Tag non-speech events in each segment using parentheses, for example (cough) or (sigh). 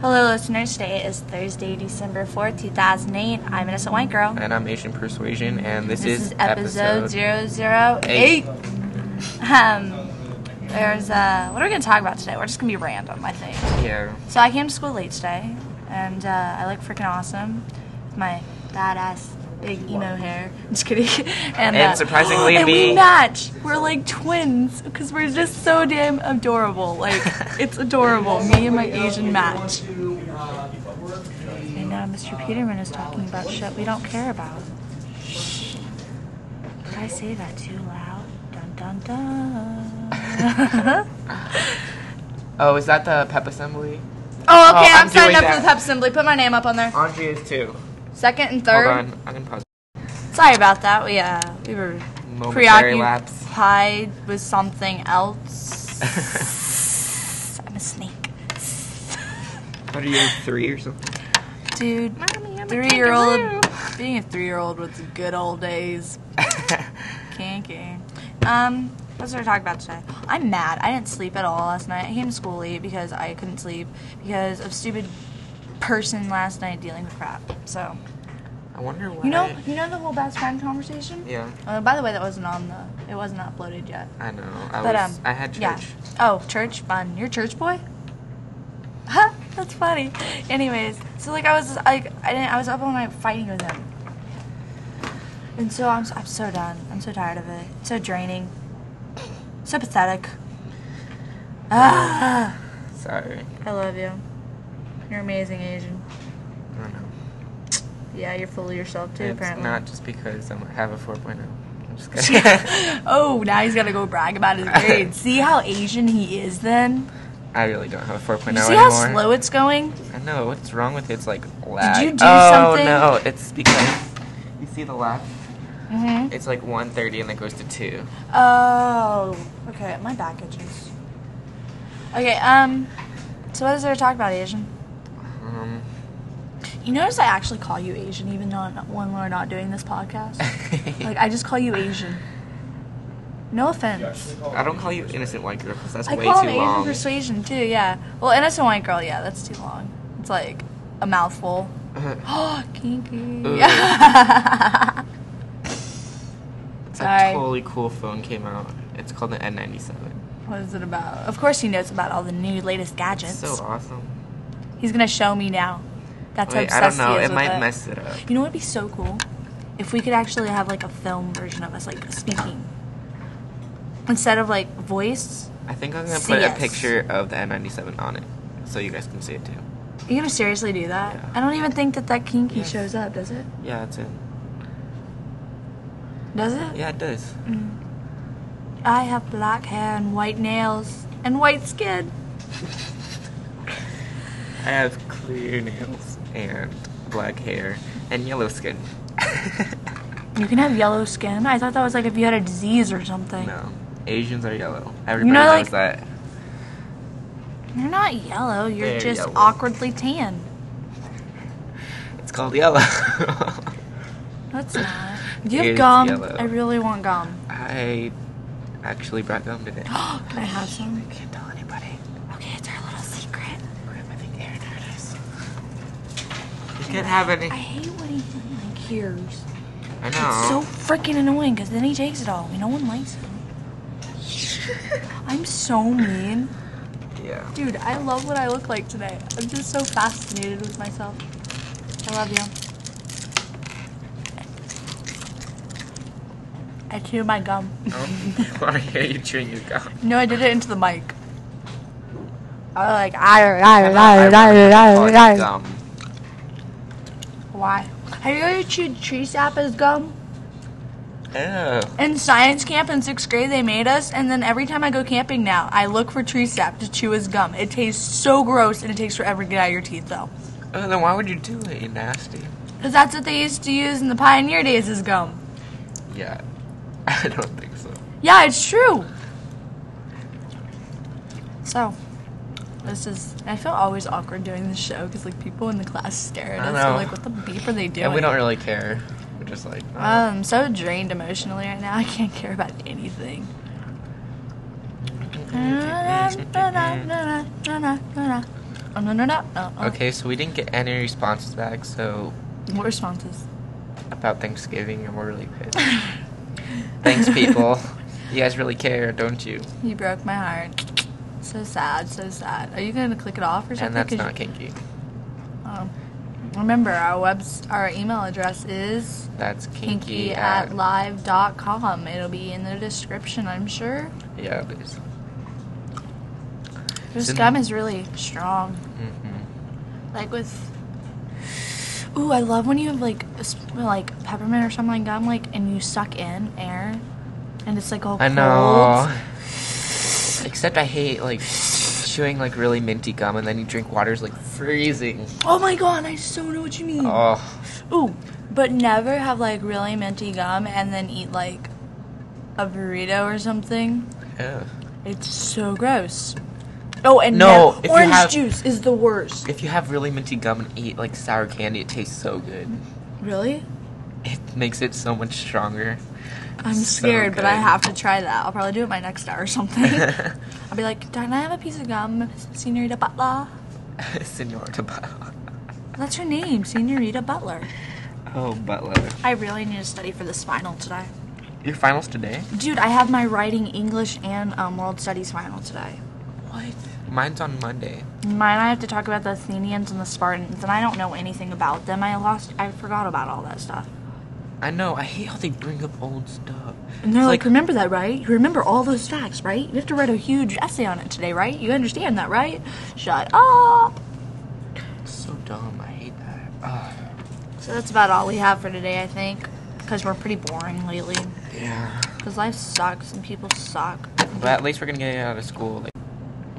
Hello, listeners. Today is Thursday, December fourth, two 2008. I'm Innocent White Girl. And I'm Asian Persuasion, and this, this is, episode, zero. zero zero eight. Eight. Um, there's, uh, what are we going to talk about today? We're just going to be random, I think. Yeah. So I came to school late today, and uh, I look freaking awesome. with My badass big emo hair. (laughs) Just kidding. and, uh, And surprisingly, and we the- match. We're like twins because we're just so damn adorable. (laughs) Like it's adorable. Me and my Asian match. And now Mr. Peterman is talking about shit we don't care about. Did I say that too loud? Dun dun (laughs) dun. (laughs) Oh, is that the pep assembly? Oh, okay. Oh, I'm, I'm signing up doing that. for the pep assembly. Put my name up on there. Andre is too. Second and third. Hold on, I can pause. Sorry about that. We uh, we were Momentary lapse. preoccupied with something (laughs) else. I'm a snake, What are you, three or (laughs) something? dude. Three-year-old. Being a three-year-old was the good old days. Kinky. Um, what's there to talk about today? I'm mad. I didn't sleep at all last night. I came to school late because I couldn't sleep because of stupid person last night dealing with crap. So I wonder why. you know, you know the whole best friend conversation. Yeah, Uh, by the way, that wasn't on the. It wasn't uploaded yet. I know. I But was. um, I had church. yeah. Oh, church fun. You're a church boy. (laughs) Huh? That's funny. Anyways, so like I was like I didn't. I was up all night fighting with him, and so I'm I'm so done. I'm so tired of it. It's so draining. So pathetic. (sighs) Ah, Sorry. I love you. You're amazing, Asian. I don't know. Yeah, you're full of yourself too. it's apparently. not just because I'm, I have a 4.0. I'm (laughs) just kidding. (laughs) oh, now he's gotta go brag about his grades. See how Asian he is then? I really don't have a 4.0 You see anymore. how slow it's going? I know. What's wrong with it? It's like lag. you do oh, something? no. It's because. You see the lag? Mm-hmm. It's like 1.30 and then goes to 2. Oh, okay. My back itches. Okay, um, so what is there to talk about, Asian? Um. You notice I actually call you Asian even though I'm- when we're not doing this (laughs) podcast? (laughs) like, I just call you Asian. No offense. I don't call you innocent white girl because that's I way call him too Asian long. (laughs) persuasion too, yeah. Well, innocent white girl, yeah, that's too long. It's like a mouthful. Oh, kinky. Ooh. Sorry. A totally cool phone came out. It's called the N97. (laughs) what is it about? Of course, he knows about all the new latest It's gadgets. so uh, awesome. He's gonna show me now. That's how Wait, I obsessed don't know. he is It with might it. mess it up. You know what'd be so cool? If we could actually have like a film version of us, like speaking, instead of like voice. I think I'm gonna See put a us. picture of the N97 on it, so you guys can see it too. Are you gonna seriously do that? Yeah. I don't even think that that kinky Yes. shows up, does it? Yeah, it's it. Does it? Yeah, (laughs) it does. Mm. I have black hair and white nails and white skin. I have clear nails and black hair and (laughs) yellow skin. You can have yellow skin. I thought that was like if you had a disease or something. no, Asians are yellow. Everybody know, knows like- that. You're not yellow. You're They're just yellow. awkwardly tan. It's called yellow. (laughs) That's not. Do you have It's gum? yellow. I really want gum. (gasps) I actually brought gum today. Can I have some? I can't tell anybody. Okay, it's our little secret. I think Aaron heard us. You can't have any. I hate when he like hears. I It's so know. freaking annoying because then he takes it all. and No one likes (laughs) him. I'm so mean. (laughs) yeah. Dude, I love what I look like today. I'm just so fascinated with myself. I love you. I chewed my gum. Oh. Why are you chewing your gum? No, I did it into the mic. I was like, Oh, I gum. why? Have you ever chewed tree sap as gum? Ew. In science camp in sixth grade, they made us, and then every time I go camping now, I look for tree sap to chew as gum. It tastes so gross, and it takes forever to get out of your teeth, though. Oh, then why would you do it? You nasty. Because that's what they used to use in the pioneer days as gum. Yeah. (laughs) I don't think so. Yeah, it's true. So, this is. I feel always awkward doing this show because, like, people in the class stare at I us. know. They're like, what the beep are they doing? And we don't really care. We're just like. oh. I'm so drained emotionally right now. I can't care about anything. Uh, (laughs) no, no, no, no. no. (laughs) Okay, so we didn't get any responses back, so (laughs) What responses? about Thanksgiving, and we're really pissed. Thanks, people. You guys really care, don't you? (laughs) You broke my heart. So sad, so sad. Are you gonna click it off or something? And that's 'Cause not you- kinky. Oh. Remember, our webs, our email address is That's kinky kinky, at live.com. It'll be in the description, I'm sure. yeah, it is. This It's in gum the- is really strong. Mm-hmm. Like with. Ooh, I love when you have like a sp- like peppermint or something like gum, like, and you suck in air, and it's like all I cold. know. Except I hate like chewing like really minty gum, and then you drink water is like freezing. Oh my god, I so know what you mean. Oh, Ooh, but never have like really minty gum and then eat like a burrito or something. yeah. It's so gross. Oh, and No, nev- if you orange have- juice is the worst. If you have really minty gum and eat like sour candy, it tastes so good. Really? It makes it so much (laughs) stronger. (laughs) I'm So scared, but I good. have to try that. I'll probably do it my next hour or something. (laughs) I'll be like, "Can I have a piece of gum, Senorita Butler?" Senor Tabao. That's her name, Senorita Butler. Oh, Butler. I really need to study for this final today, Your finals today? dude. I have my writing, English, and um, World Studies final today. What? Mine's on Monday. Mine, I have to talk about the Athenians and the Spartans, and I don't know anything about them. I lost, I forgot about all that stuff. I know. I hate how they bring up old stuff. And they're It's like, remember that, right? You remember all those facts, right? You have to write a huge essay on it today, right? You understand that, right? Shut up! so dumb. I hate that. Ugh. So that's about all we have for today, I think. Because we're pretty boring lately. yeah. Because life sucks and people suck. But at least we're gonna get out of school. Like,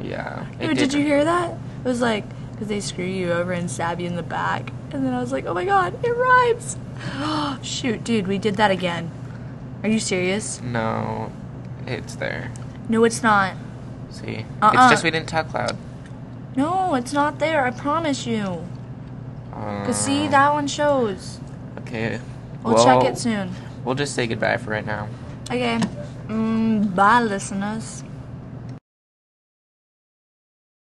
yeah. it Dude, did you hear that? It was like, because they screw you over and stab you in the back. And then I was like, oh my god, it rhymes! (gasps) Shoot, dude, we did that again. Are you serious? No, it's there. No, it's not. See, Uh-uh. it's just we didn't talk loud. No, it's not there. I promise you. Uh, Cause see, that one shows. Okay. Mm. We'll, check it soon. We'll just say goodbye for right now. Okay. Mm, bye, listeners.